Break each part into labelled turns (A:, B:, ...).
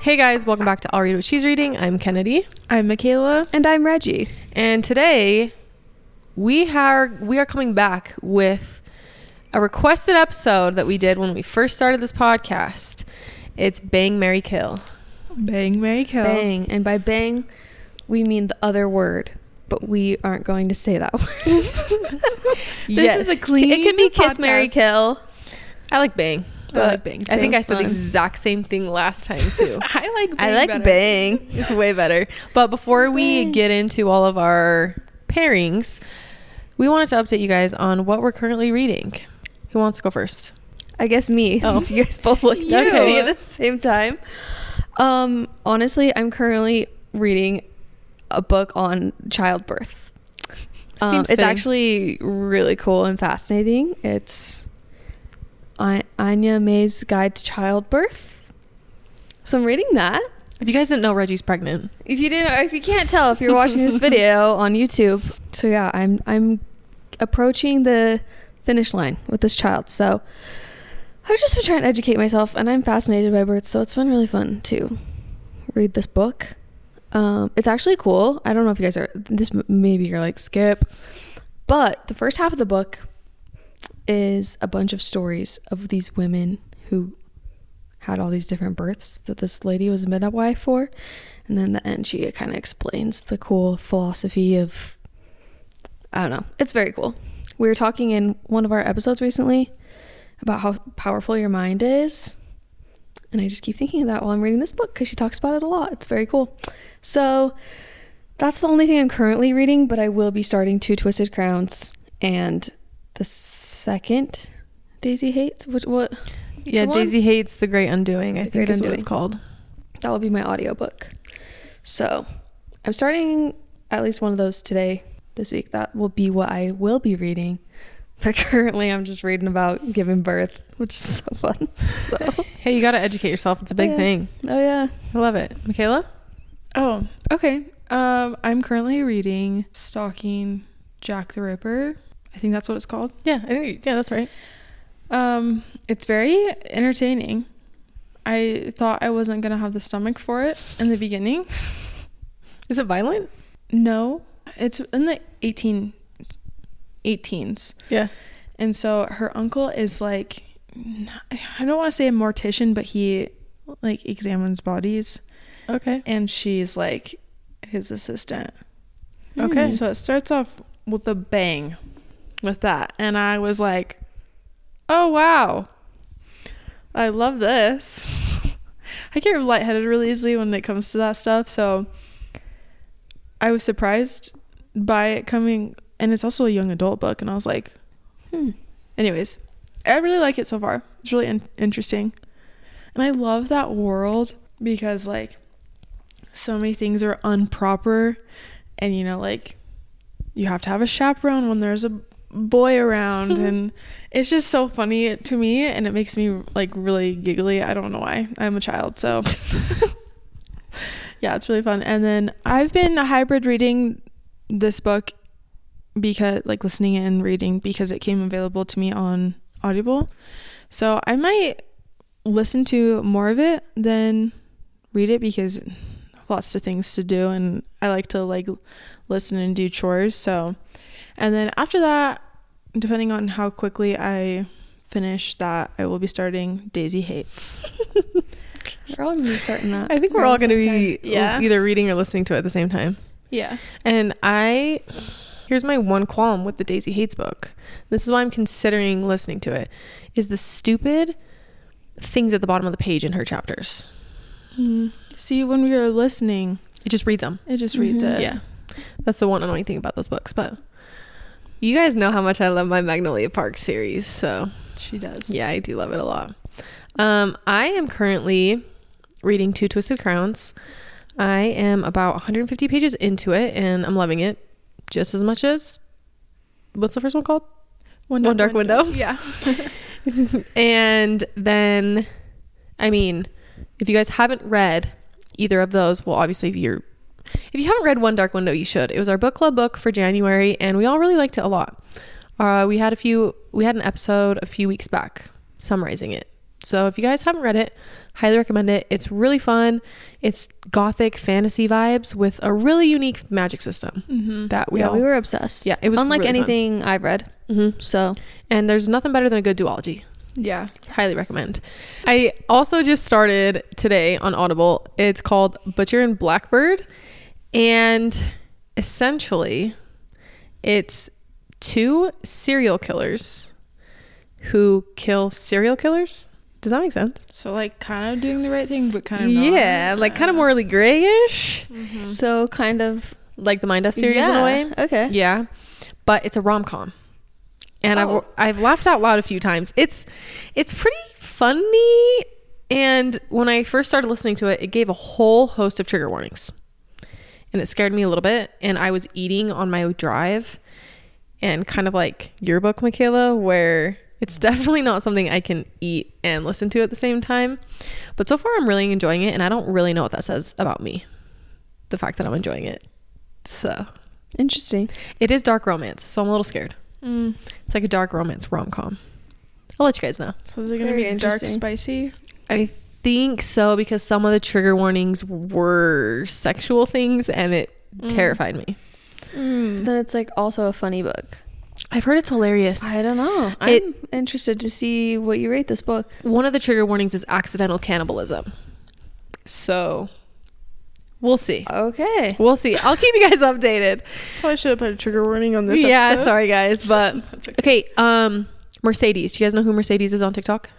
A: Hey guys, welcome back to I'll Read What She's Reading. I'm Kennedy,
B: I'm Michaela.
C: And I'm Reggie.
A: and today we are we are coming back with a requested episode that we did when we first started this podcast. It's Bang Mary Kill.
B: Bang, Mary, kill.
C: Bang. And by bang, we mean the other word, but we aren't going to say that word.
B: This is a clean
C: It could be kiss, Mary,
B: podcast.
C: kill.
A: I like Bang.
B: I
C: but
B: like bang.
A: I
B: too.
A: think I
C: Sounds
A: said the
C: fun.
A: exact same thing last time too.
B: I like.
C: I like
B: better.
C: bang.
A: It's way better. But before we
C: Bang.
A: get into all of our pairings, we wanted to update you guys on what we're currently reading. Who wants to go first?
C: I guess me,
A: Oh.
C: since you guys both looked at
B: You.
C: me at the same time. Um, honestly, I'm currently reading a book on childbirth. Um,
A: Seems
C: it's
A: fitting.
C: actually really cool and fascinating. It's I- Anya May's Guide to Childbirth. So I'm reading that.
A: If you guys didn't know, Reggie's pregnant.
C: If you didn't, or if you can't tell, if you're watching this video on YouTube, so yeah, I'm I'm approaching the finish line with this child. So I've just been trying to educate myself, and I'm fascinated by birth, so it's been really fun to read this book. Um, it's actually cool. I don't know if you guys are this. m- Maybe you're like skip, but the first half of the book is a bunch of stories of these women who had all these different births that this lady was a midwife for. And then the end, she kind of explains the cool philosophy of, I don't know, it's very cool. We were talking in one of our episodes recently about how powerful your mind is. And I just keep thinking of that while I'm reading this book because she talks about it a lot. It's very cool. So that's the only thing I'm currently reading, but I will be starting Two Twisted Crowns and the second Daisy Hates, which what
A: Yeah,
C: The one-
A: Daisy hates the Great Undoing. I
C: The
A: think
C: Great
A: is what it's
C: Undoing.
A: called.
C: that will be my audiobook. So I'm starting at least one of those today, this week. That will be what I will be reading. But currently, I'm just reading about giving birth, which is so fun. So, oh
A: Hey, you got to educate yourself. It's a big
C: Yeah.
A: thing.
C: Oh, yeah.
A: I love it, Michaela.
B: Oh, okay. Um, I'm currently reading "Stalking Jack the Ripper." I think that's what it's called.
A: Yeah, I think yeah, that's right.
B: Um, it's very entertaining. I thought I wasn't gonna have the stomach for it in the beginning.
A: Is it violent?
B: No, it's in the 18, 18s.
A: Yeah.
B: And so her uncle is like, I don't want to say a mortician, but he like examines bodies,
A: Okay.
B: and she's like his assistant.
C: Hmm.
A: Okay.
B: So it starts off with a bang, with that, and I was like, oh wow, I love this. I get lightheaded really easily when it comes to that stuff, so I was surprised by it coming, and it's also a young adult book, and I was like.
C: Hmm.
B: Anyways, I really like it so far. It's really in- interesting. And I love that world because, like, so many things are unproper. And, you know, like, you have to have a chaperone when there's a boy around. and it's just so funny to me. And it makes me, like, really giggly. I don't know why. I'm a child. So, yeah, it's really fun. And then I've been hybrid reading this book because like listening and reading because it came available to me on Audible. So I might listen to more of it than read it because lots of things to do and I like to like listen and do chores. So and then after that, depending on how quickly I finish that, I will be starting Daisy Hates.
C: We're all going to be starting that.
A: I think we're all
C: around
A: going to
C: sometime.
A: be
B: Yeah.
A: either reading or listening to it at the same time.
B: Yeah.
A: And I here's my one qualm with the Daisy Hates book. This is why I'm considering listening to it. Is the stupid things at the bottom of the page in her chapters.
B: Mm-hmm. See, when we were listening,
A: It just reads them.
B: it just reads
C: Mhm.
B: it.
A: Mm-hmm. Yeah. That's the one annoying thing about those books, but you guys know how much I love my Magnolia Park series, so
B: She does.
A: Yeah, I do love it a lot. Um, I am currently reading Two Twisted Crowns. I am about 150 pages into it, and I'm loving it just as much as what's the first one called? One Dark Window.
B: Yeah.
A: And then, I mean, if you guys haven't read either of those, well, obviously, if you're if you haven't read One Dark Window, you should. It was our book club book for January, and we all really liked it a lot. Uh, we had a few, we had an episode a few weeks back summarizing it. So if you guys haven't read it, highly recommend it. It's really fun. It's gothic fantasy vibes with a really unique magic system
B: Mm-hmm.
A: that we
C: yeah,
A: all
C: we were obsessed.
A: Yeah, it was
C: unlike
A: really fun.
C: anything I've read.
A: Mhm.
C: So
A: And there's nothing better than a good duology.
B: Yeah.
A: Highly recommend. I also just started today on Audible. It's called Butcher and Blackbird. And essentially, it's two serial killers who kill serial killers. Does that make sense?
B: So like kind of doing the right thing, but kind of not. Mm.
A: Yeah, like kind of morally grayish,
C: so kind of
A: like the Mind Up series in
C: Mm-hmm. yeah,
A: a way.
C: Okay.
A: Yeah, but it's a rom com, and
C: Oh.
A: I've I've laughed out loud a few times. It's it's pretty funny, and when I first started listening to it, it gave a whole host of trigger warnings, and it scared me a little bit. And I was eating on my drive, and kind of like your book, Michaela, where it's definitely not something I can eat and listen to at the same time. But so far, I'm really enjoying it, and I don't really know what that says about me, the fact that I'm enjoying it. So
C: Interesting.
A: it is dark romance, so I'm a little scared.
B: Mm.
A: It's like a dark romance rom com. I'll let you guys know.
B: So is it gonna
C: Very
B: be dark,
C: interesting.
B: spicy?
A: I think so because some of the trigger warnings were sexual things and it terrified me.
C: But then it's like also a funny book.
A: I've heard it's hilarious.
C: I don't know. I'm
A: It-
C: interested to see what you rate this book.
A: One of the trigger warnings is accidental cannibalism. So we'll see.
C: Okay.
A: We'll see. I'll keep you guys updated.
B: Probably should have put a trigger warning on this.
A: yeah,
B: episode.
A: sorry guys, but
B: That's okay.
A: okay, um Mercedes. Do you guys know who Mercedes is on TikTok?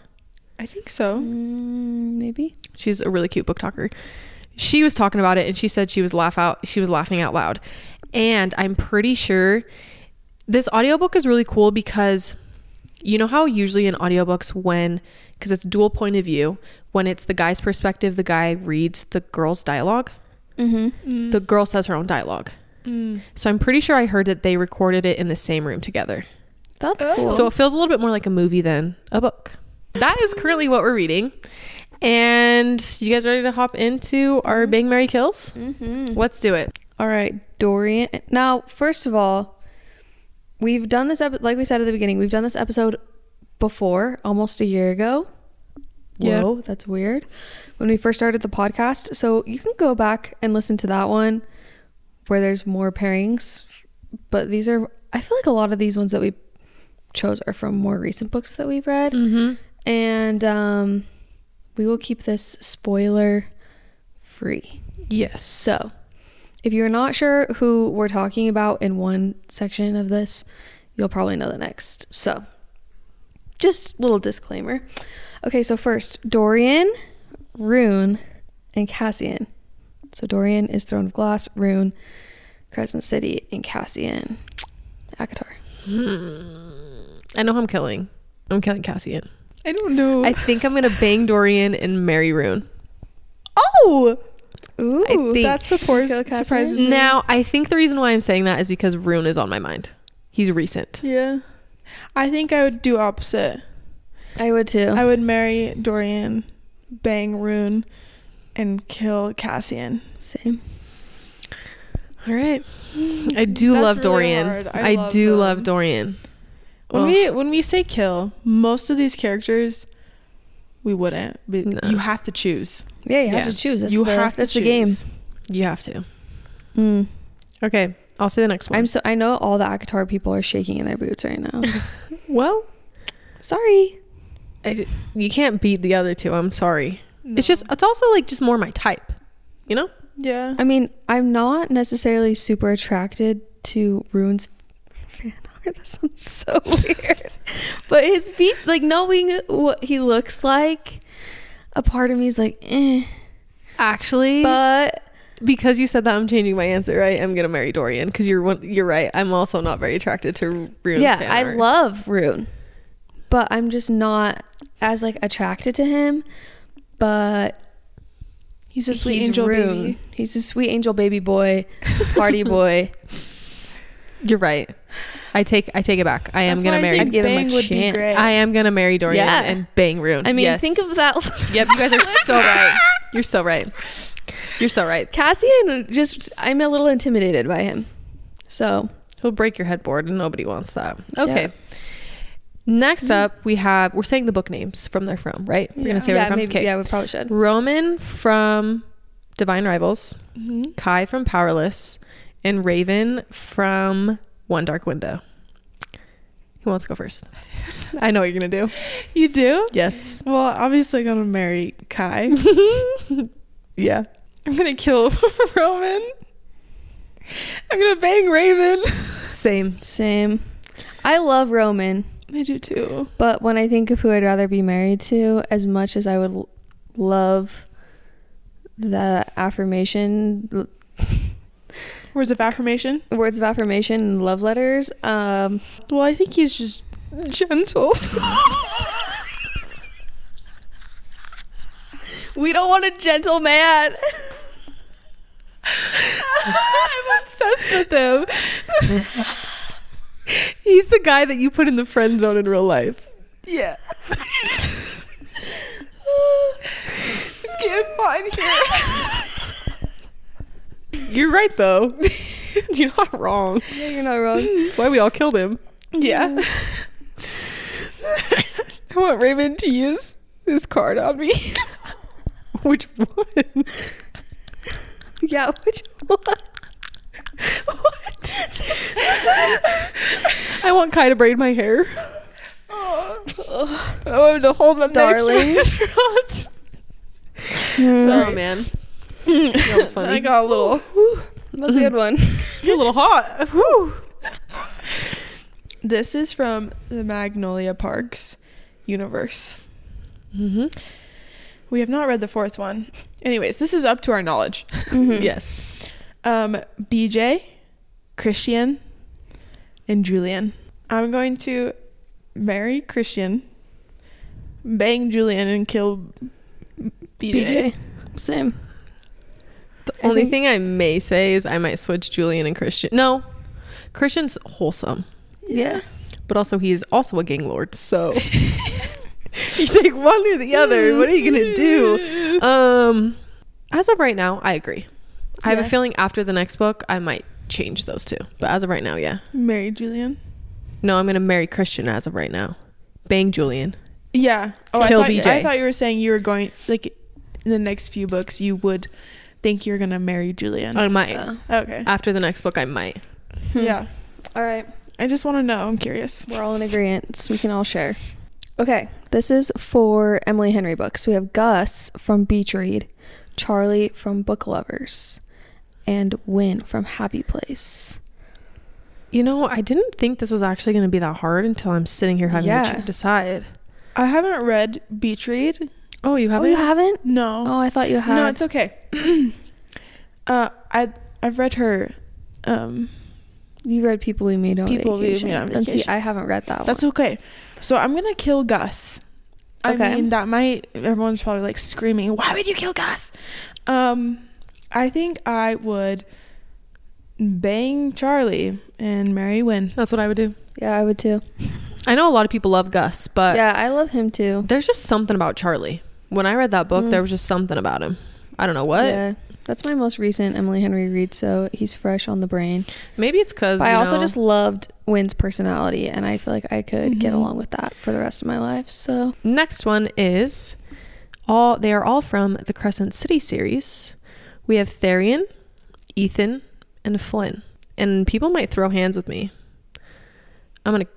B: I think so.
C: Mm, maybe.
A: She's a really cute book talker. She was talking about it and she said she was laugh out she was laughing out loud. And I'm pretty sure this audiobook is really cool because you know how usually in audiobooks when because it's dual point of view, when it's the guy's perspective, the guy reads the girl's dialogue.
C: Mm-hmm.
A: The girl says her own dialogue.
B: Mm.
A: So I'm pretty sure I heard that they recorded it in the same room together.
C: That's
B: Oh.
C: cool.
A: So it feels a little bit more like a movie than a book. That is currently what we're reading. And you guys ready to hop into our Bang Mary Kills?
C: mm-hmm.
A: Let's do it.
C: All right, Dorian. Now, first of all, we've done this episode, like we said at the beginning, we've done this episode before, almost a year ago.
A: Yeah.
C: Whoa, that's weird. When we first started the podcast. So you can go back and listen to that one where there's more pairings. But these are, I feel like a lot of these ones that we chose are from more recent books that we've read.
A: Mm-hmm.
C: And um, we will keep this spoiler free.
A: Yes.
C: So, if you're not sure who we're talking about in one section of this, you'll probably know the next. So, just little disclaimer. Okay, so first, Dorian, Rune, and Cassian. So Dorian is Throne of Glass, Rune, Crescent City, and Cassian, Akatar.
A: I know who I'm killing. I'm killing Cassian.
B: I don't know.
A: I think I'm gonna bang Dorian and Mary Rune.
B: oh,
C: Ooh,
A: think-
B: that support
C: Kill Cassian?
B: surprises me.
A: Now I think the reason why I'm saying that is because Rune is on my mind. He's recent.
B: Yeah. I think I would do opposite.
C: I would too.
B: I would marry Dorian, bang Rune, and kill Cassian.
C: Same.
A: All right. I do
B: That's
A: love
B: really
A: Dorian.
B: hard. I
A: I,
B: love
A: do
B: them.
A: love Dorian.
B: When
A: Ugh.
B: we when we say kill, most of these characters we wouldn't. But
A: No.
B: You have to choose.
C: Yeah, you have
A: Yeah.
C: to choose. That's
B: you
C: the,
B: have
C: that's
B: to
C: the game.
B: choose.
A: You have to.
C: Mm.
A: Okay. I'll say the next one.
C: I'm so I know all the Akatar people are shaking in their boots right now.
A: well.
C: Sorry.
A: I d you can't beat the other two. I'm sorry.
B: No.
A: It's just it's also like just more my type. You know?
B: yeah.
C: I mean, I'm not necessarily super attracted to Rune's fan art. That sounds so weird. but his feet, like knowing what he looks like, a part of me is like, eh.
A: Actually,
C: But
A: because you said that, I'm changing my answer. Right? I'm gonna marry Dorian because you're one, you're right. I'm also not very attracted to Rune's
C: yeah,
A: fan
C: I
A: art.
C: love Rune. But I'm just not as like attracted to him. But
B: He's a sweet
C: he's
B: angel
C: Rune.
B: baby.
C: He's a sweet angel baby boy, party boy.
A: You're right. I take I take it back. I am
B: That's
A: gonna
B: why I
A: marry.
B: think
C: I'd give him a
B: bang would be
C: chance.
B: great.
A: I am gonna marry Dorian
C: Yeah.
A: and bang Rune.
C: I mean,
A: Um, Yes.
C: think of that.
A: Yep, you guys are so right. You're so right. You're so right.
C: Cassian just I'm a little intimidated by him. So
A: He'll break your headboard, and nobody wants that. Okay. Next
C: Mhm.
A: up, we have we're saying the book names from they're from, right? We're
B: Yeah.
A: gonna say where
C: yeah,
A: they're from.
C: maybe,
A: okay.
C: yeah, we probably should.
A: Roman from Divine Rivals,
B: hmm
A: Kai from Powerless, and Raven from One Dark Window. Who wants to go first? I know what you're gonna do.
B: You do?
A: Yes.
B: Well, obviously gonna marry Kai.
A: Yeah.
B: I'm gonna kill Roman. I'm gonna bang Raven.
A: Same.
C: Same. I love Roman,
B: I do too.
C: but when I think of who I'd rather be married to, as much as I would l- love the affirmation, l-
B: Words of affirmation.
C: words of affirmation, and love letters, um,
B: Well, I think he's just gentle.
C: we don't want a gentle man.
B: I'm obsessed with him.
A: He's the guy that you put in the friend zone in real life.
B: Yeah. it's getting hot in
A: You're right though. you're not wrong.
C: Yeah, You're not wrong.
A: That's why we all killed him.
B: here. Yeah. I want Raven to use his card on me.
A: Which one?
C: Yeah, which one?
A: I want Kai to braid my hair.
B: Oh, I want him to hold my
C: Darling.
B: darling. So
A: So man. That was funny.
B: Oh, I got a little.
C: That's a good one.
A: You're a little hot.
B: This is from the Magnolia Parks universe.
A: Mm-hmm.
B: We have not read the fourth one. Anyways, this is up to our knowledge.
C: Mm-hmm.
A: Yes.
B: Um, BJ, Christian, and Julian. I'm going to marry Christian, bang Julian, and kill BJ.
C: BJ. Same.
A: The
C: I
A: only
C: think-
A: thing I may say is I might switch Julian and Christian. No, Christian's wholesome,
C: Yeah.
A: but also he is also a gang lord. So you take one or the other. What are you gonna do? Um, as of right now, I agree. I have a
C: Yeah.
A: feeling after the next book, I might change those two. But as of right now, yeah.
B: Marry Julian.
A: No, I'm gonna marry Christian as of right now. Bang Julian.
B: Yeah. Oh,
A: Kill
B: I thought
A: BJ.
B: I thought you were saying you were going like in the next few books you would think you're gonna marry Julian.
A: I might.
C: Uh,
B: okay.
A: after the next book, I might.
C: hmm.
B: yeah.
C: All right.
B: I just want to know. I'm curious.
C: We're all in agreement. We can all share. Okay. This is for Emily Henry books. We have Gus from Beach Read, Charlie from Book Lovers, and Win from Happy Place.
A: You know, I didn't think this was actually going to be that hard until I'm sitting here having to
C: Yeah.
A: ch- decide.
B: I haven't read Beach Read.
A: Oh, you haven't?
C: Oh, you haven't?
B: No.
C: Oh, I thought you had.
B: No, it's okay. uh, I I've read her. Um,
C: you read People We Meet on
B: People We
C: Vacation.
B: Meet on
C: Then see,
B: Vacation.
C: I haven't read that
B: that's
C: one.
B: okay. So I'm gonna kill Gus. I
C: Okay.
B: mean, that might everyone's probably like screaming, "Why would you kill Gus?" Um, I think I would bang Charlie and marry Win.
A: That's what I would do.
C: yeah, I would too.
A: I know a lot of people love Gus, but
C: yeah, I love him too.
A: there's just something about Charlie. When I read that book,
C: Mm.
A: there was just something about him. I don't know what.
C: Yeah, that's my most recent Emily Henry read, so he's fresh on the brain.
A: Maybe it's because
C: But I also just loved Wynn's personality, and I feel like I could get
B: Mhm.
C: along with that for the rest of my life. So
A: Next one is all they are all from the Crescent City series. We have Therian, Ethan, and Flynn. And people might throw hands with me. I'm gonna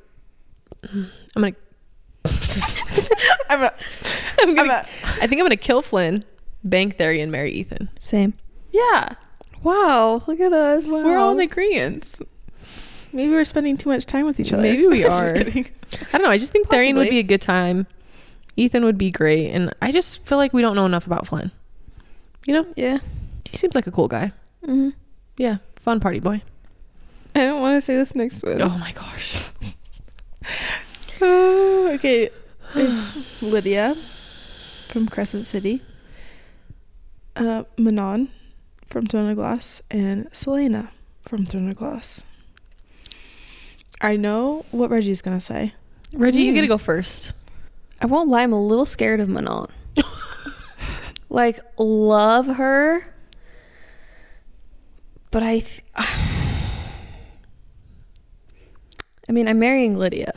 A: I'm gonna
B: I'm a,
A: I'm
B: I'm
A: gonna
B: a,
A: I think I'm gonna kill Flynn, bank Therian, marry Ethan.
C: same.
B: yeah.
C: Wow, look at us.
A: We're all in
C: Wow.
A: agreement.
B: Maybe we're spending too much time with each other.
A: Maybe we
B: Just
A: are.
B: kidding.
A: I don't know, I just think Therian would
C: Possibly.
A: be a good time. Ethan would be great, and I just feel like we don't know enough about Flynn. You know,
C: yeah.
A: he seems like a cool guy.
C: hmm
A: Yeah, fun party boy.
B: I don't want to say this next one.
A: Oh my gosh.
B: Oh, okay. It's Lydia from Crescent City, uh, Manon from Throne of Glass, and Selena from Throne of Glass. I know what Reggie's gonna say.
A: Reggie, you
C: Mm.
A: gotta go first.
C: I won't lie, I'm a little scared of Manon. like, love her, but I. Th- I mean, I'm marrying Lydia.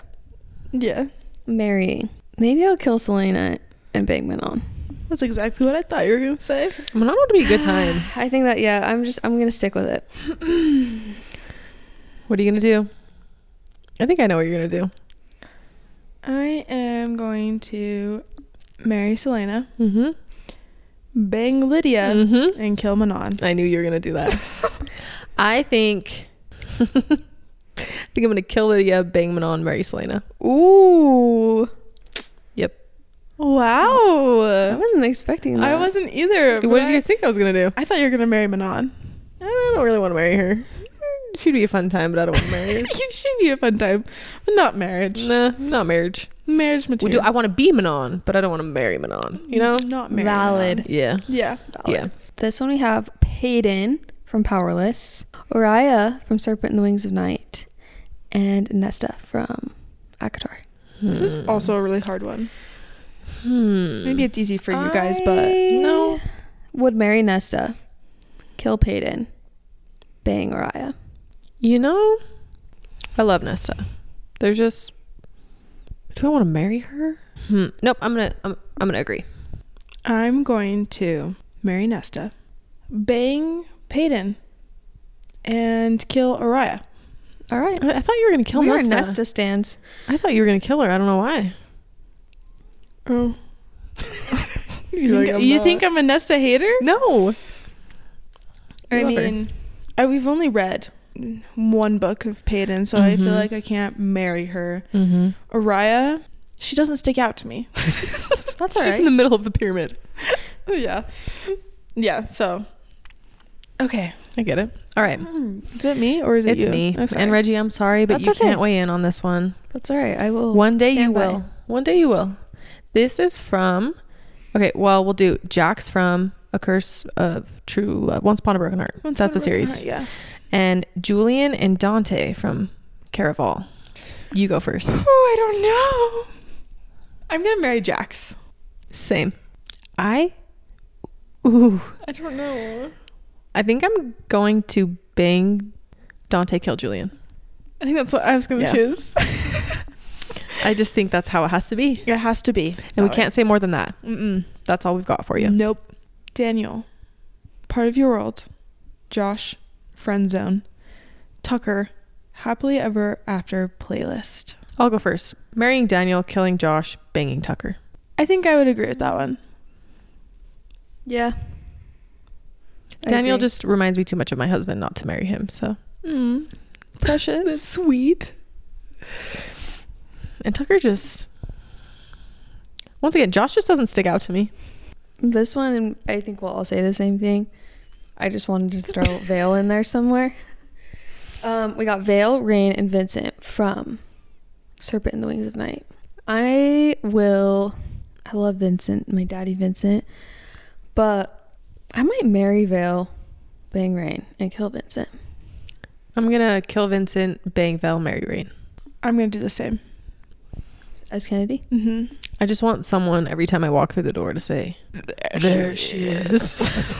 B: Yeah.
C: marrying. Maybe I'll kill Selena and bang Manon.
B: That's exactly what I thought you were gonna say.
A: Manon would be a good time.
C: I think that yeah, I'm just I'm gonna stick with it.
A: What are you gonna do? I think I know what you're gonna do.
B: I am going to marry Selena,
A: Mm-hmm.
B: bang Lydia,
A: Mhm.
B: and kill Manon.
A: I knew you were gonna do that. I think. I think I'm gonna kill Lydia, bang Manon, marry Selena.
B: Ooh.
A: Yep.
C: I
B: Wow.
C: wasn't expecting that.
B: I wasn't either.
A: what
B: but
A: did you guys think I was gonna do?
B: I thought you were gonna marry Manon.
A: I don't really want to marry her. She'd be a fun time, but I don't want to marry her.
B: you should be a fun time, but not marriage.
A: nah, not marriage.
B: Marriage
A: We
B: material.
A: do. I want to be Manon, but I don't want to marry Manon. You know?
B: not marriage.
C: Valid.
A: Yeah.
B: Yeah.
C: Oh,
A: Yeah.
C: This one we have Peyton from Powerless, Oriah from Serpent and the Wings of Night, and Nesta from Akatar.
B: This is also a really hard one.
A: Hmm.
B: Hmm. Maybe it's easy for you guys, but
C: I
A: no.
C: Would marry Nesta, kill Peyton, bang Oriah.
A: You know, I love Nesta. They're just. Do I want to marry her? Hmm. Nope. I'm gonna. I'm, I'm gonna agree.
B: I'm going to marry Nesta, bang Peyton, and kill Araya.
C: All right.
A: I, I thought you were gonna kill
C: we are
A: Nesta.
C: Nesta stands.
A: I thought you were gonna kill her. I don't know why.
B: Oh.
A: You
B: you
A: think
B: think,
A: I'm
B: you
A: not-
B: think I'm a Nesta hater?
A: No.
B: I
A: Love her.
B: mean, I, we've only read one book of Peyton, so I feel
A: Mhm.
B: like I can't marry her.
A: Mm-hmm.
B: Araya, she doesn't stick out to me.
C: That's all
A: She's
C: right.
A: in the middle of the pyramid.
B: yeah. Yeah, so. Okay.
A: I get it. All right.
B: Is it me or is it
A: It's
B: you?
A: me.
B: Oh, sorry.
A: and Reggie, I'm sorry, but
C: That's
A: you
C: okay.
A: can't weigh in on this one.
C: That's all right. I will.
A: One day you
C: stand by.
A: will. One day you will. This is from. Okay, well, we'll do Jack's from A Curse of True Love. Once Upon a Broken Heart.
B: Once
A: That's the
B: upon a broken
A: series.
B: heart, yeah.
A: And Julian and Dante from Caraval. You go first.
B: Oh, I don't know. I'm gonna marry Jax.
A: Same. I. Ooh.
B: I don't know.
A: I think I'm going to bang Dante kill Julian.
B: I think that's what I was gonna
A: Yeah.
B: choose.
A: I just think that's how it has to be.
B: It has to be.
A: And we can't say more than that.
B: Mm-mm.
A: That's all we've got for you.
B: Nope. Daniel, part of your world. Josh, friend zone. Tucker, happily ever after playlist.
A: I'll go first. Marrying Daniel, killing Josh, banging Tucker.
B: I think I would agree with that one.
C: Yeah. I
A: Daniel
C: agree.
A: just reminds me too much of my husband not to marry him. So
B: Mm. Precious.
A: sweet. And Tucker just once again, Josh just doesn't stick out to me.
C: This one, I think we'll all say the same thing. I just wanted to throw Vale in there somewhere. Um, we got Vale, Rain, and Vincent from Serpent and the Wings of Night. I will. I love Vincent, my daddy Vincent, but I might marry Vale, bang Rain, and kill Vincent.
A: I'm gonna kill Vincent, bang Val, marry Rain.
B: I'm gonna do the same.
C: As Kennedy,
B: Mm-hmm.
A: I just want someone every time I walk through the door to say, "There, she is."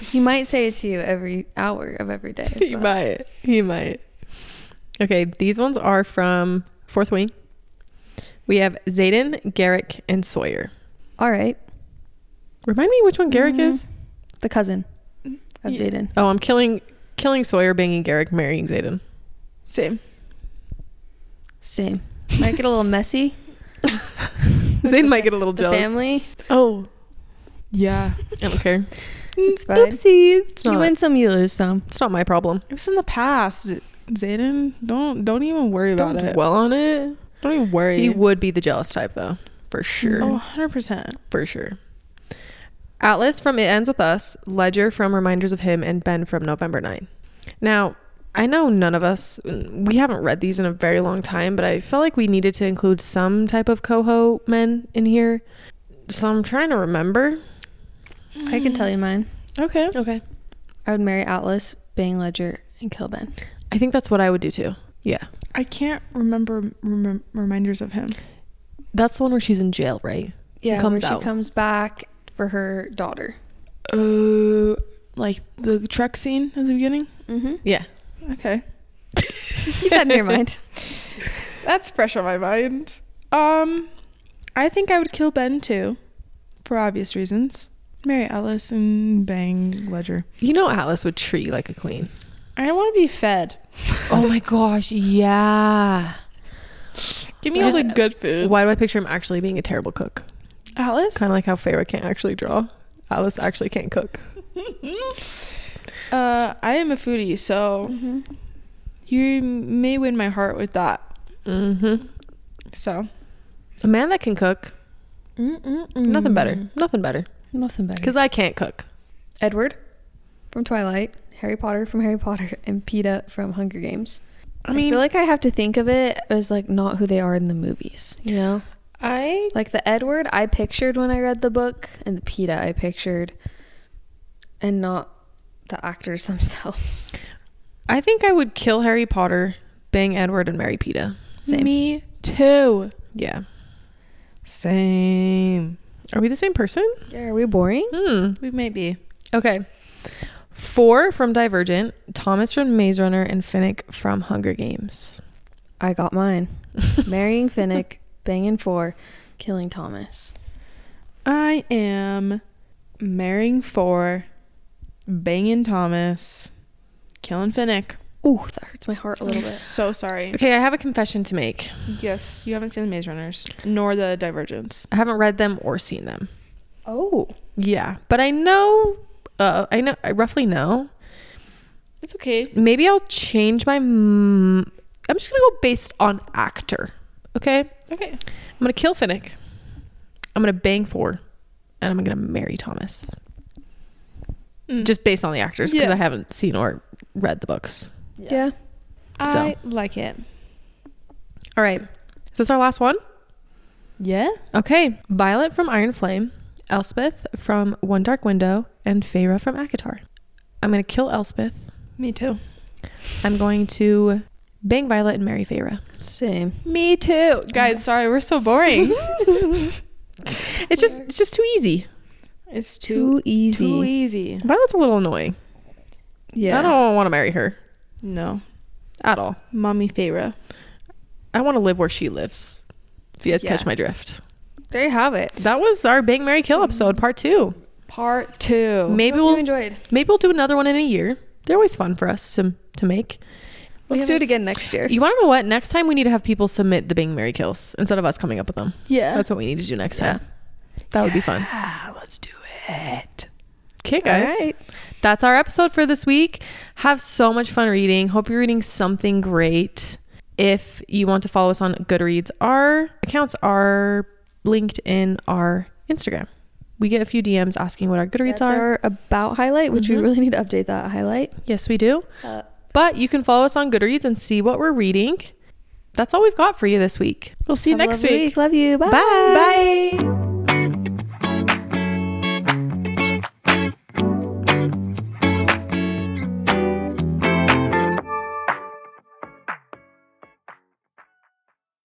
C: he might say it to you every hour of every day.
A: he
C: but-
A: might. He might. Okay, these ones are from Fourth Wing. We have Zayden, Garrick, and Sawyer.
C: All right,
A: Remind me which one Garrick
C: Mhm.
A: is.
C: the cousin of
B: Yeah.
C: Zayden.
A: Oh, I'm killing killing Sawyer, banging Garrick, marrying Zayden.
B: Same.
C: Same. Might get a little messy.
A: Zayden might get a little
C: The
A: jealous.
C: family.
B: Oh. Yeah.
A: I don't care.
B: Mm.
C: It's fine.
A: Oopsies. It's
C: You
A: not,
C: win some, you lose some.
A: it's not my problem.
B: It was in the past. Zayden, don't don't even worry about
A: Don't
B: it.
A: dwell on it.
B: Don't even worry.
A: He would be the jealous type though. For sure.
B: Oh, 100%.
A: For sure. Atlas from It Ends With Us, Ledger from Reminders of Him, and Ben from November 9. Now, I know none of us, we haven't read these in a very long time, but I felt like we needed to include some type of coho men in here. So I'm trying to remember.
C: I can tell you mine.
B: Okay.
A: Okay.
C: I would marry Atlas, Bang Ledger, and kill Ben.
A: I think that's what I would do too. Yeah.
B: I can't remember rem- reminders of him.
A: That's the one where she's in jail, right?
C: Yeah,
A: comes
C: where
A: out.
C: she comes back for her daughter.
B: Oh,
A: Uh,
B: like the truck scene at the beginning?
C: Mm-hmm.
A: Yeah.
B: Okay.
C: Keep that in your mind.
B: That's fresh on my mind. Um, I think I would kill Ben too, for obvious reasons. Marry Alice and bang Ledger.
A: You know Alice would treat you like a queen.
B: I want to be fed.
A: oh my gosh, yeah.
B: Give
A: me all the
B: good food.
A: Why do I picture him actually being a terrible cook?
B: Alice?
A: Kind of like how Feyre can't actually draw. Alice actually can't cook.
B: Uh, I am a foodie, so
C: Mm-hmm.
B: you may win my heart with that.
A: Mm-hmm.
B: So
A: A man that can cook, nothing better. Nothing Mm. better.
C: Nothing better.
A: Because I can't cook.
C: Edward from Twilight, Harry Potter from Harry Potter, and PETA from Hunger Games.
A: I mean,
C: feel like I have to think of it as like not who they are in the movies, you know?
B: I
C: Like the Edward I pictured when I read the book, and the PETA I pictured, and not the actors themselves.
A: I think I would kill Harry Potter, bang Edward, and marry PETA.
C: Same.
B: me too.
A: Yeah.
B: Same.
A: Are we the same person?
C: Yeah, are we boring?
A: Hmm.
B: We might be.
A: Okay. Four from Divergent, Thomas from Maze Runner, and Finnick from Hunger Games.
C: I got mine. Marrying Finnick, banging four, killing Thomas.
B: I am marrying four, banging Thomas, killing Finnick.
C: Ooh, that hurts my heart a little
B: I'm
C: bit.
B: so sorry.
A: Okay, I have a confession to make.
B: Yes, you haven't seen the Maze Runners nor the Divergence.
A: I haven't read them or seen them.
C: Oh.
A: Yeah, but I know. Uh, I know. I roughly know.
B: It's okay.
A: Maybe I'll change my. M- I'm just gonna go based on actor. Okay, I'm
B: Okay.
A: gonna kill Finnick. I'm gonna bang four, and I'm gonna marry Thomas.
B: Mm.
A: Just based on the actors, because
B: Yeah.
A: I haven't seen or read the books.
C: Yeah.
B: I like it.
A: All right, is this our last one?
B: Yeah.
A: Okay, Violet from Iron Flame, Elspeth from One Dark Window, and Feyre from Akatar. I'm gonna kill Elspeth.
B: Me too.
A: I'm going to bang Violet and marry Feyre.
C: Same.
B: Me too. Guys, sorry, we're so boring.
A: It's just it's just too easy.
B: it's
C: Too e- easy.
B: Too easy.
A: Violet's a little annoying.
C: yeah.
A: I don't want to marry her
B: No.
A: at all.
B: Mommy Feyre.
A: I want to live where she lives. If you guys
B: Yeah.
A: catch my drift.
C: There you have it.
A: That was our Bang Mary Kill episode part 2.
B: Part two.
A: Maybe
C: Oh. Hope you
A: we'll
C: enjoyed.
A: maybe we'll do another one in a year. They're always fun for us to to make.
C: Let's do
A: haven't-
C: it again next year.
A: You want to know what? Next time we need to have people submit the Bang Mary Kills instead of us coming up with them.
B: yeah.
A: That's what we need to do next
C: Yeah.
A: time. That would be fun.
B: Ah, let's do it.
A: Okay, guys.
C: All right.
A: That's our episode for this week. Have so much fun reading. Hope you're reading something great. If you want to follow us on Goodreads, our accounts are linked in our Instagram. We get a few DMs asking what our Goodreads
C: That's
A: are.
C: our about highlight, which
A: Mhm.
C: we really need to update that highlight.
A: yes, we do.
C: Uh,
A: But you can follow us on Goodreads and see what we're reading. That's all we've got for you this week. We'll see you
C: have a
A: next
C: lovely
A: week.
C: Love you. Bye.
A: Bye. Bye.